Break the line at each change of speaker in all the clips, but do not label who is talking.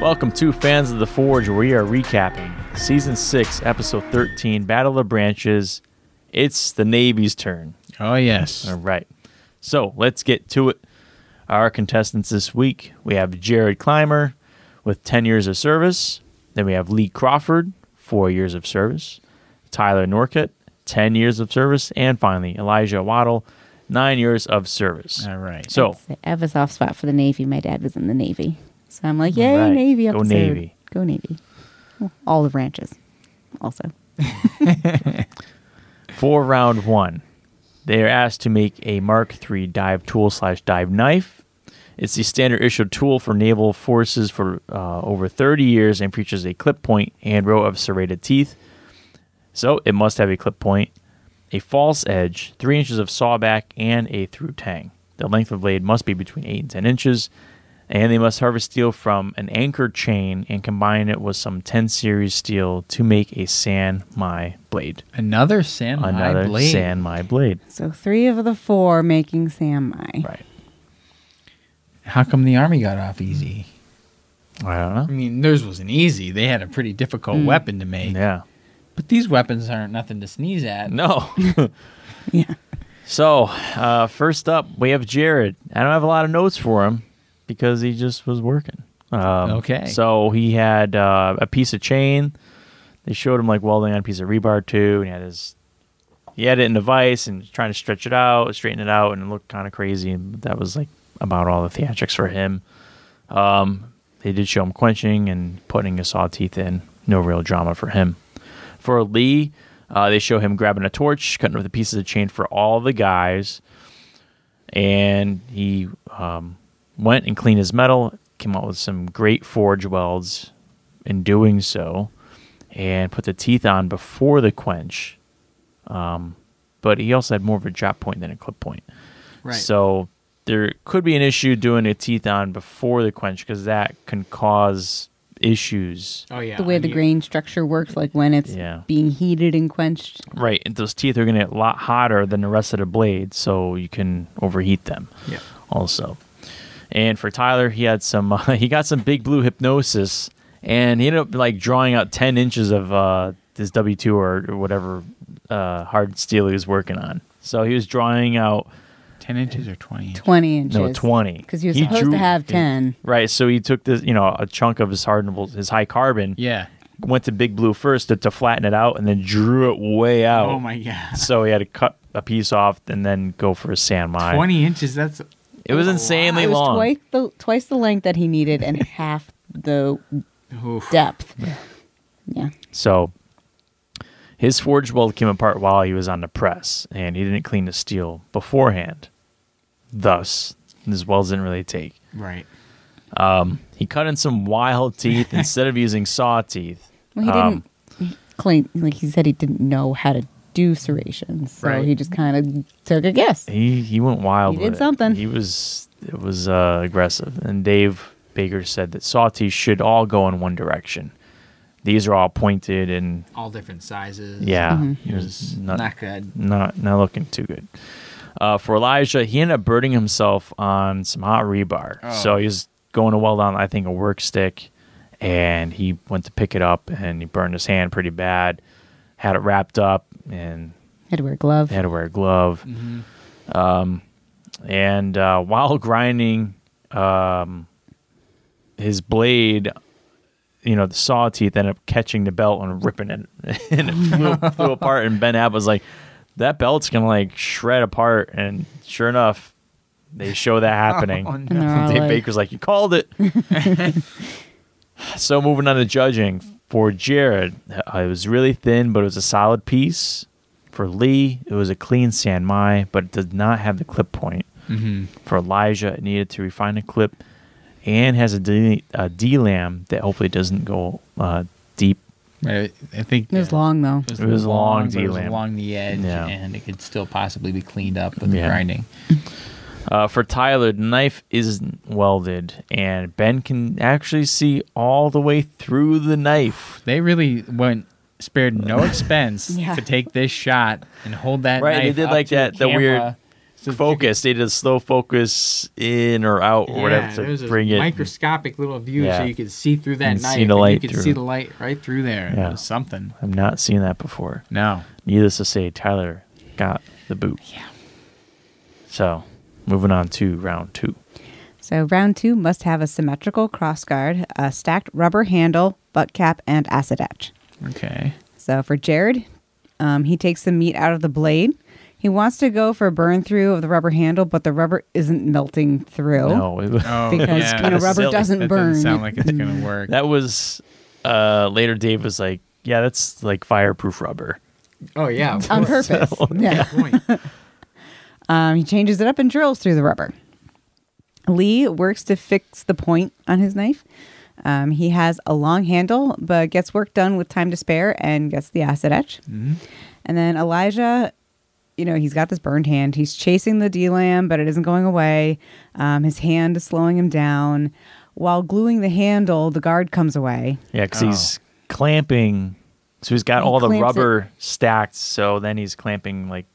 Welcome to Fans of the Forge. where We are recapping Season 6, Episode 13, Battle of the Branches. It's the Navy's turn.
Oh yes.
All right. So let's get to it. Our contestants this week we have Jared Clymer with 10 years of service. Then we have Lee Crawford, four years of service. Tyler Norcutt, 10 years of service. And finally, Elijah Waddle, nine years of service.
All right.
So,
So I have a soft spot for the Navy. My dad was in the Navy. So I'm like, yay,
Alright.
Navy.
Go
episode.
Navy.
Go Navy. Well, all the branches, also.
for round one, they are asked to make a Mark III dive tool slash dive knife. It's the standard issued tool for naval forces for uh, over 30 years and features a clip point and row of serrated teeth. So it must have a clip point, a false edge, 3 inches of sawback, and a through tang. The length of blade must be between 8 and 10 inches, and they must harvest steel from an anchor chain and combine it with some 10 series steel to make a San Mai blade
Another Sam
another
blade.
sand my blade.
So three of the four making Samai.
Right.
How come the army got off easy?
I
I
don't know.
mean, theirs wasn't easy. They had a pretty difficult weapon to make.
Hmm. Yeah.
But these weapons aren't nothing to sneeze at.
No.
Yeah.
so uh, first up, we have Jared. I don't have a lot of notes for him because he just was working. Um,
Okay.
So he had uh, a piece of chain. They showed him like welding on a piece of rebar too, and he had his he had it in a vice and trying to stretch it out, straighten it out, and it looked kind of crazy. And that was like about all the theatrics for him. Um, they did show him quenching and putting his saw teeth in. No real drama for him. For Lee, uh, they show him grabbing a torch, cutting up the pieces of chain for all the guys, and he um, went and cleaned his metal. Came out with some great forge welds in doing so, and put the teeth on before the quench. Um, but he also had more of a drop point than a clip point. So there could be an issue doing a teeth on before the quench because that can cause issues.
Oh yeah.
The way
I
the
mean,
grain structure works, like when it's
Yeah.
being heated and quenched.
Right. And those teeth are going to get a lot hotter than the rest of the blade, so you can overheat them
Yeah.
also. And for Tyler, he had some, uh, he got some big blue hypnosis and he ended up like drawing out 10 inches of uh, this W2 or whatever uh, hard steel he was working on. So he was drawing out,
Ten inches or twenty. Inches.
20 inches.
no, 20.
Because you're supposed
drew-
to have 10.
Right. So he took this, you know, a chunk of his hardenable, his high carbon,
Yeah.
went to Big Blue first to, to flatten it out and then drew it way out.
Oh my god.
So he had to cut a piece off and then go for a sand mine.
Twenty inches. That's
It was
a
insanely
It was
long.
twice the, twice the length that he needed and half the
oof.
depth. Yeah.
So his forge weld came apart while he was on the press, and he didn't clean the steel beforehand. Thus, his welds didn't really take.
right.
He cut in some wild teeth instead of using saw teeth.
Well, he
Um,
didn't claim, like he said, he didn't know how to do serrations, so
Right.
he just kind of took a guess.
He he went wild.
He
with
did
it.
something.
He was it was uh, aggressive. And Dave Baker said that saw teeth should all go in one direction. These are all pointed and
All different sizes.
yeah,
Mm-hmm.
it
It
was
was
not
not good.
not not looking too good. Uh, for Elijah, he ended up burning himself on some hot rebar. So he was going to weld on, I think, a work stick, and he went to pick it up and he burned his hand pretty bad. Had it wrapped up and
Had to wear a glove.
they had to wear a glove. Um, and uh, while grinding um, his blade, you know, the saw teeth ended up catching the belt and ripping it, and it flew, flew apart. And Ben App was like, "That belt's gonna like shred apart." And sure enough, they show that happening.
Oh,
And they're all
Dave
like,
Baker's like, you called it. so moving on to judging for Jared, uh, it was really thin, but it was a solid piece. For Lee, it was a clean San Mai, but it did not have the clip point.
Mm-hmm.
For Elijah, it needed to refine the clip, and has a D, a D lam that hopefully doesn't go uh, deep.
I, I think
it was long though.
It was long
but it was
D-lamp.
along the edge,
Yeah.
and it could still possibly be cleaned up with
Yeah.
grinding.
Uh, for Tyler, the knife isn't welded, and Ben can actually see all the way through the knife.
They really went spared no expense
Yeah.
to take this shot and hold that
Right, they
knife
did
up
like
to the
that- the weird-
camera
focus. They did a slow focus in or out or whatever
there's
to
this
bring it.
microscopic little view
Yeah.
so you could see through that
And see
knife.
the
and
light
you could
through.
see the light right through there.
Yeah.
It was something.
I've not seen that before.
No.
Needless to say, Tyler got the boot. Yeah. So, moving on to round two.
So round two must have a symmetrical cross guard, a stacked rubber handle, butt cap, and acid etch.
Okay.
So for Jared, um, he takes the meat out of the blade. He wants to go for a burn through of the rubber handle, but the rubber isn't melting through.
No, it,
Oh,
Because
yeah.
you know, rubber
silly.
doesn't
that
burn.
doesn't sound like it's gonna work.
that was uh, later. Dave was like, "Yeah, that's like fireproof rubber."
oh yeah.
on purpose. yeah.
Good point.
Um, he changes it up and drills through the rubber. Lee works to fix the point on his knife. Um, he has a long handle, but gets work done with time to spare and gets the acid etch.
Mm-hmm.
And then Elijah, you know, he's got this burned hand. He's chasing the DLAM, but it isn't going away. Um, his hand is slowing him down. While gluing the handle, the guard comes away.
Yeah, because
Oh.
he's clamping. So he's got
He
all the
clamps it.
rubber stacked. So then he's clamping like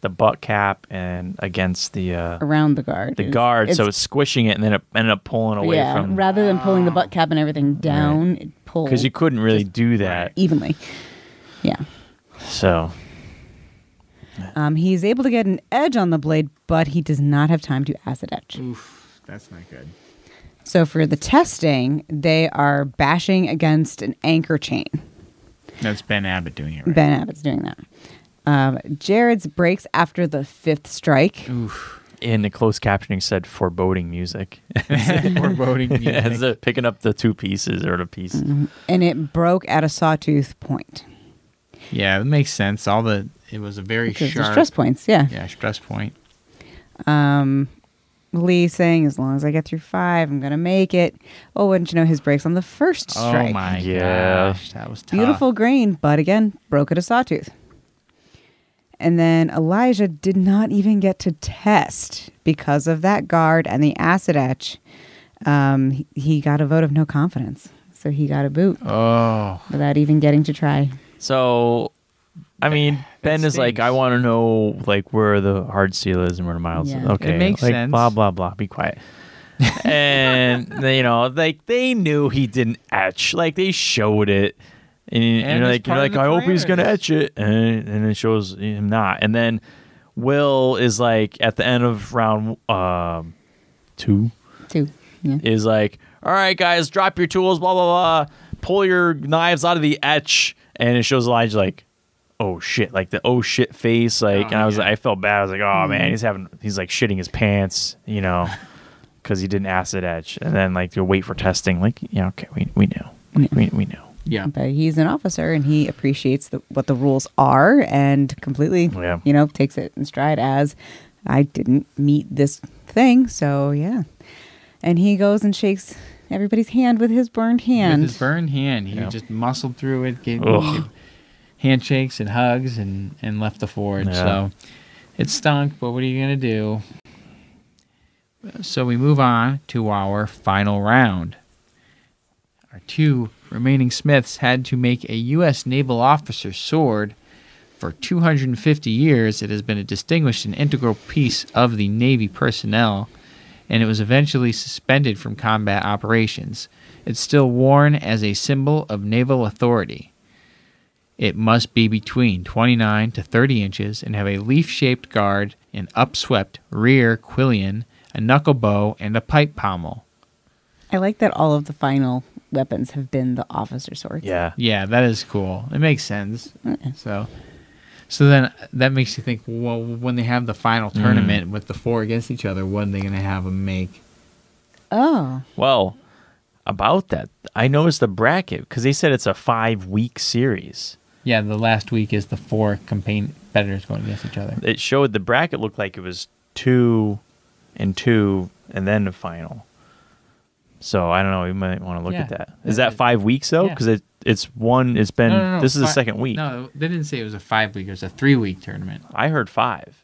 the butt cap and against the uh,
around the guard.
the
It's-
guard. so it's squishing it and then it ended up pulling away
yeah,
from Ah.
rather than pulling the butt cap and everything down, it pulls
because you couldn't really do that.
evenly. Yeah.
So
Um, he is able to get an edge on the blade, but he does not have time to acid etch.
Mm. Oof, that's not good.
So for the testing, they are bashing against an anchor chain.
That's Ben Abbott doing it. Right?
Ben Abbott's doing that. Um, Jared's breaks after the fifth strike.
in the closed captioning said foreboding music
We're voting.
as they're picking up the two pieces or the piece.
and it broke at a sawtooth point.
Yeah, it makes sense. All the it was a very
Because
sharp
there's stress points, yeah.
Yeah, stress point.
Um, Lee saying, as long as I get through five, I'm going to make it. Oh, wouldn't you know his breaks on the first strike?
Oh my
Yeah.
gosh, that was tough.
Beautiful grain, but again, broke at a sawtooth. And then Elijah did not even get to test because of that guard and the acid etch. Um, he, he got a vote of no confidence. So he got a boot
Oh,
without even getting to try.
So, I mean, Ben is like,
stinks.
I want to know like where the hard seal is and where the miles.
Yeah.
Is.
It
Okay,
makes
like,
sense.
Blah blah blah. Be quiet. and they- you know, like they knew he didn't etch. Like they showed it, and, you-
And
you're
it's
like, you're
part
like,
of the
I hope he's gonna
parameters.
etch it, and, and it shows him not. And then Will is like at the end of round um, two
Two. Yeah.
is like, all right, guys, drop your tools, blah, blah, blah. Pull your knives out of the etch. And it shows Elijah like, oh shit, like the oh shit face. Like,
Oh,
and I was
yeah. Mm-hmm.
like, I felt bad. I was like, oh man, he's having, he's like shitting his pants, you know, because he didn't acid etch. And then like, you wait for testing. Like, yeah, okay, we, we know. We, we, we know.
yeah.
But he's an officer and he appreciates the, what the rules are and completely,
Yeah.
you know, takes it in stride as I didn't meet this thing. So, yeah. And he goes and shakes everybody's hand with his burned hand.
With his burned hand, he
Yeah.
just muscled through it, getting
Ugh.
handshakes and hugs, and and left the forge.
Yeah.
So it stunk, but what are you gonna do? So we move on to our final round. Our two remaining Smiths had to make a U.S. naval officer's sword. For 250 years, it has been a distinguished and integral piece of the Navy personnel, and it was eventually suspended from combat operations. It's still worn as a symbol of naval authority. It must be between 29 to 30 inches and have a leaf shaped guard, an upswept rear quillion, a knuckle bow, and a pipe pommel.
I like that all of the final weapons have been the officer swords.
Yeah.
Yeah, that is cool. It makes sense. So, so then that makes you think. Well, when they have the final
Mm.
tournament with the four against each other, what are they going to have them make?
Oh,
Well, about that, I noticed the bracket because they said it's a five week series.
Yeah, the last week is the four competitors going against each other.
it showed the bracket looked like it was two and two and then the final. So I don't know. We might want to look
Yeah.
at that. Is that five weeks though?
Yeah.
Because it it's one. It's been
No, no, no,
this is the
fi-
second week.
No, they didn't say it was a five week. It was a three week tournament.
I heard five.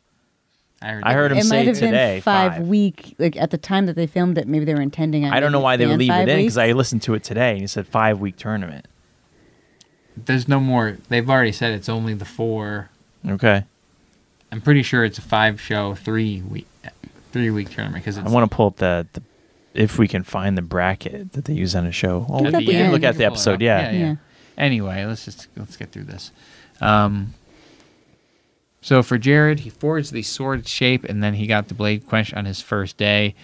heard.
I heard
that.
him
it
say
might have
today,
been five,
five.
week. Like at the time that they filmed it, maybe they were intending on.
I don't know
maybe
why they would
expand
leave it
five
in because I
weeks.
listened to it today and he said five week tournament.
There's no more. They've already said it's only the four.
Okay.
I'm pretty sure it's a five show, three week, three week tournament because
I
it's
want to pull up the, the if we can find the bracket that they use on a show. Oh,
Look at
we
the
can
end.
look at the
Pull it up.
episode. Yeah.
yeah,
Yeah.
Anyway, let's just let's get through this. Um, so for Jared, he forged the sword shape, and then he got the blade quenched on his first day.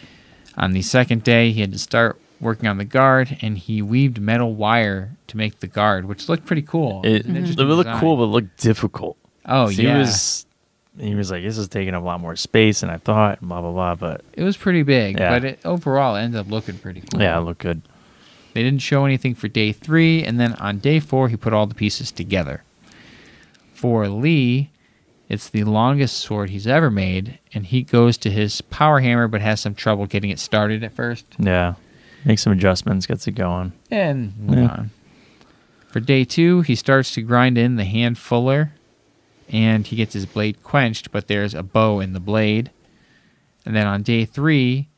On the second day, he had to start working on the guard, and he weaved metal wire to make the guard, which looked pretty cool.
It,
an
it
interesting
would look
design.
cool, but it looked difficult.
Oh
So
yeah,
He was, he was like, this is taking up a lot more space than I thought, blah, blah, blah. But
it was pretty big,
Yeah.
but it overall it ended up looking pretty cool.
yeah, it looked good.
They didn't show anything for day three, and then on day four, he put all the pieces together. For Lee, it's the longest sword he's ever made, and he goes to his power hammer but has some trouble getting it started at first.
Yeah. Make some adjustments, gets it going.
And move
Yeah.
on. For day two, he starts to grind in the hand fuller, and he gets his blade quenched, but there's a bow in the blade. And then on day three,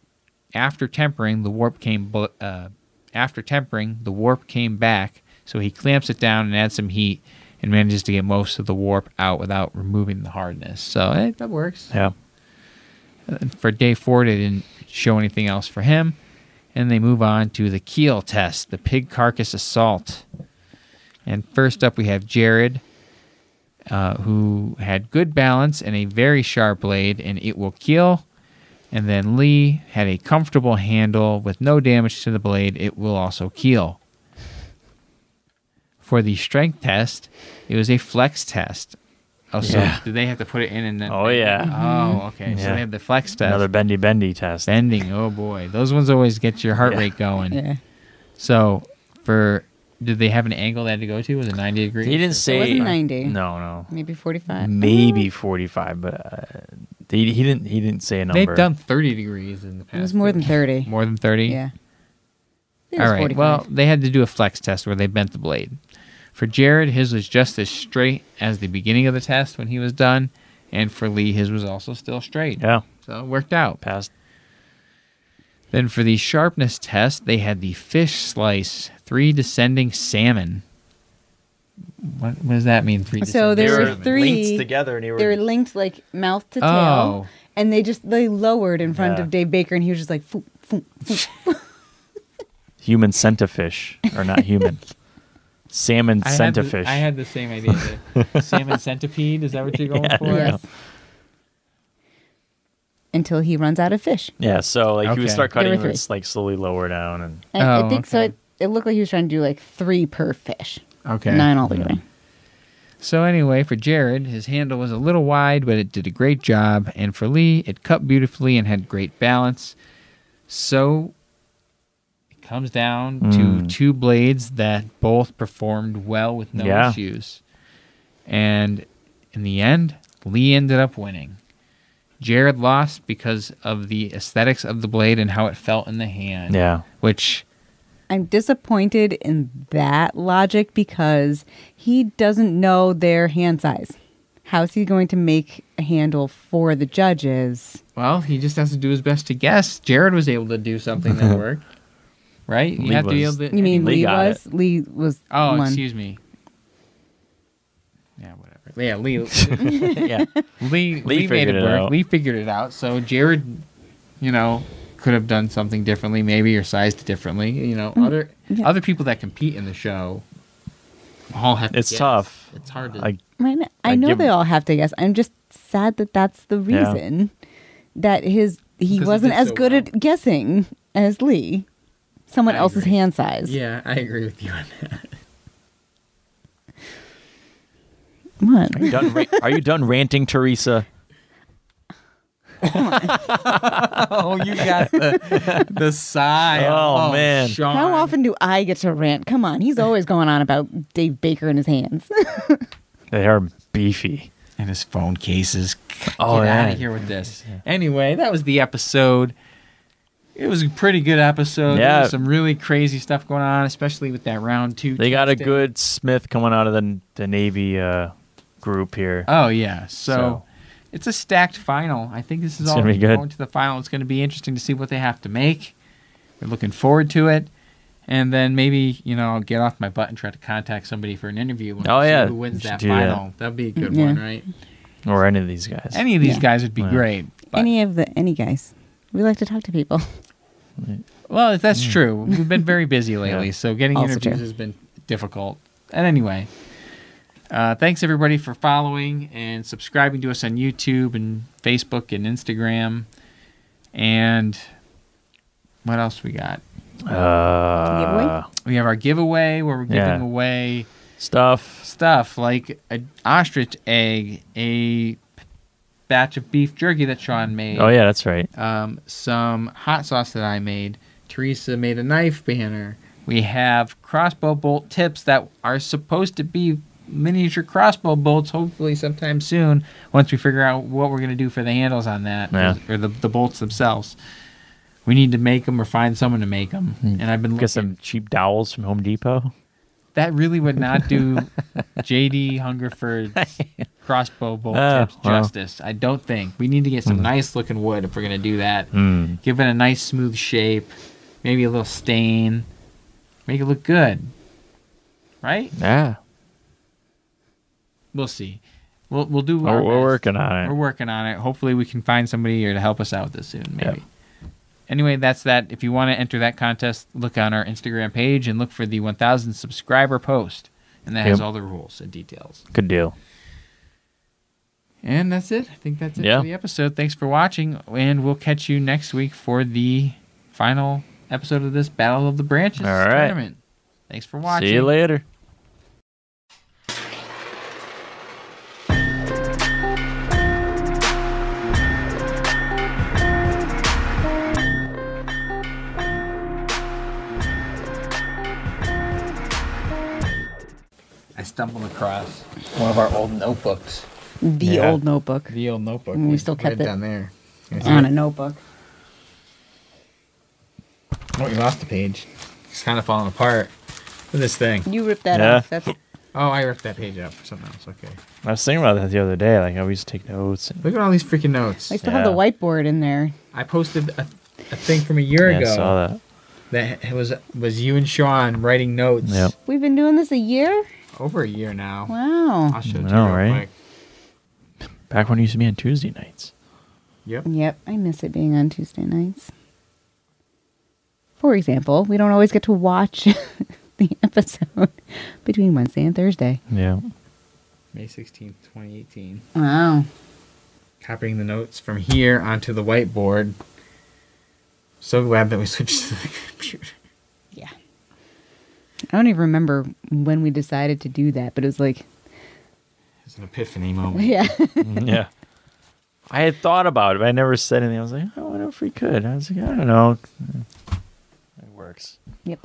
after tempering, the warp came. bl- Uh, after tempering, the warp came back, so he clamps it down and adds some heat, and manages to get most of the warp out without removing the hardness. So eh, that works
Yeah.
for day four, they didn't show anything else for him. And they move on to the keel test, the pig carcass assault. And first up, we have Jared, uh, who had good balance and a very sharp blade, and it will kill. And then Lee had a comfortable handle with no damage to the blade, it will also keel. For the strength test, it was a flex test. Oh, so
Yeah.
did they have to put it in and then?
Oh, yeah.
Oh, okay. So
Yeah.
they have the flex test.
Another bendy, bendy test.
bending. Oh boy, those ones always get your heart
Yeah.
rate going.
Yeah.
So, for did they have an angle they had to go to? Was it ninety degrees?
He didn't say.
wasn't 90.
No, no.
Maybe 45.
Maybe 45, but uh, he, he didn't he didn't say a number.
They've done thirty degrees in the past.
It was more than
too.
30.
More than thirty.
Yeah. It
All
was
right.
45.
Well, they had to do a flex test where they bent the blade. For Jared, his was just as straight as the beginning of the test when he was done, and for Lee, his was also still straight.
Yeah,
So it worked out.
passed.
Then for the sharpness test, they had the fish slice, three descending salmon. What, what does that mean? Three
So
descending
there
salmon?
were three.
together, and
They were linked like mouth to tail.
Oh.
And they just, they lowered in front
Yeah.
of Dave Baker and he was just like, foop, foop, foop.
human centifish, or not human, salmon
I had the-
centifish.
I had the same idea. the salmon centipede. Is that what you're going for?
yes. Until he runs out of fish.
yeah, so like you
Okay.
would start
There were
cutting, and
three.
it's like slowly lower down, and
I,
Oh,
I think so.
okay.
It, it looked like he was trying to do like three per fish.
Okay.
Nine all the way.
So anyway, for Jared, his handle was a little wide, but it did a great job. And for Lee, it cut beautifully and had great balance. So it comes down to
Mm.
two blades that both performed well with no
Yeah.
issues. And in the end, Lee ended up winning. Jared lost because of the aesthetics of the blade and how it felt in the hand.
yeah,
Which
I'm disappointed in that logic because he doesn't know their hand size. How is he going to make a handle for the judges?
Well, he just has to do his best to guess. Jared was able to do something that worked, right? You
Lee
have to be able
was.
to.
You mean
Lee
Lee,
got
was? Lee was
Oh,
one.
excuse me. Yeah, whatever. Yeah, Lee. Lee,
yeah,
Lee, made
figured it
it work.
out.
Lee figured it out. So Jared, you know, could have done something differently, maybe or sized differently. You know, other
yeah.
other people that compete in the show all have. to
It's
guess.
tough.
It's hard to.
like
Wait a minute. I
I
know
give
they
him-
all have to guess. I'm just sad that that's the
Yeah.
reason that his
Because
he
he
wasn't
did
as
so
good
well.
at guessing as Lee. Someone
I
else's
agree.
hand size.
yeah, I agree with you on that.
What?
are you done, ra- are you done ranting, Teresa?
Oh, you got the the sigh.
Oh, man.
Sean.
How often do I get to rant? Come on, he's always going on about Dave Baker and his hands.
They are beefy.
and his phone cases.
Oh,
Get out
yeah.
of here with this. Anyway, that was the episode. It was a pretty good episode. There
Yeah.
was some really crazy stuff going on, especially with that round two.
They got a
testing.
good Smith coming out of the the Navy uh, group here.
Oh yeah, so,
So.
it's a stacked final. I think this is
It's
all
gonna be good.
going to the final. It's going to be interesting to see what they have to make. We're looking forward to it, and then maybe you know I'll get off my butt and try to contact somebody for an interview. when
Oh,
we see
yeah.
who wins
You should
that
do that.
final? That'd be a good
Yeah.
one, right?
or any of these guys.
Any of these
Yeah.
guys would be
Yeah.
great. but-
any of the any guys. We like to talk to people.
Well, that's true. We've been very busy lately,
Mm. Yeah.
so getting
Also
interviews
true.
has been difficult. And anyway, uh, thanks everybody for following and subscribing to us on YouTube and Facebook and Instagram. And what else we got?
uh,
Giveaway?
We have our giveaway where we're giving
Yeah.
away
stuff.
stuff like an ostrich egg, a batch of beef jerky that Sean made.
Oh yeah, that's right.
um, some hot sauce that I made. Teresa made a knife banner. We have crossbow bolt tips that are supposed to be miniature crossbow bolts, hopefully, sometime soon, once we figure out what we're going to do for the handles on that
Yeah.
or the, the bolts themselves. We need to make them or find someone to make them. And I've been
Hmm. Get
looking-
some cheap dowels from Home Depot.
That really would not do JD Hungerford's crossbow bolt
Oh,
tips
well. Hmm.
justice. I don't think. We need to get some nice looking wood if we're going to do that
Mm.
give it a nice smooth shape, maybe a little stain, make it look good. Right?
Yeah,
We'll see. We'll we'll do.
we're,
our
we're
best.
working on
We're
it.
working on it. Hopefully, we can find somebody here to help us out with this soon. Maybe.
Yep.
Anyway, that's that. If you want to enter that contest, look on our Instagram page and look for the 1,000 subscriber post, and that has
Yep.
all the rules and details.
Good deal.
And that's it. I think that's it
Yeah.
for the episode. Thanks for watching, and we'll catch you next week for the final episode of this Battle of the Branches
All right.
tournament. Thanks for watching.
See you later.
I stumbled across one of our old notebooks.
The
Yeah.
old notebook.
The old notebook.
Mm, we still
put
kept it.
down there.
On a notebook.
Oh, you lost the page. It's kind of falling apart. Look at this thing.
You ripped that
Yeah.
off. That's
Oh, I ripped that page out for something else. Okay.
I was thinking about that the other day. Like I used to take notes. And,
Look at all these freaking notes.
I still have the
Yeah.
whiteboard in there.
I posted a, a thing from a year
yeah, I
ago
saw that.
that was was you and Sean writing notes.
Yep.
We've been doing this a year?
Over a year now. I'll
Wow.
show it to you
know,
real
right?
quick.
Back when it used to be on Tuesday nights.
Yep.
Yep, I miss it being on Tuesday nights. For example, we don't always get to watch the episode between Wednesday and Thursday.
Yeah.
May 16th, 2018.
Wow.
Copying the notes from here onto the whiteboard. So glad that we switched to the computer.
Yeah. I don't even remember when we decided to do that, but it was like,
It's an epiphany moment.
yeah.
yeah. I had thought about it, but I "Oh, never said anything. I was like, I wonder if we could. I was like, I don't know. It works.
yep.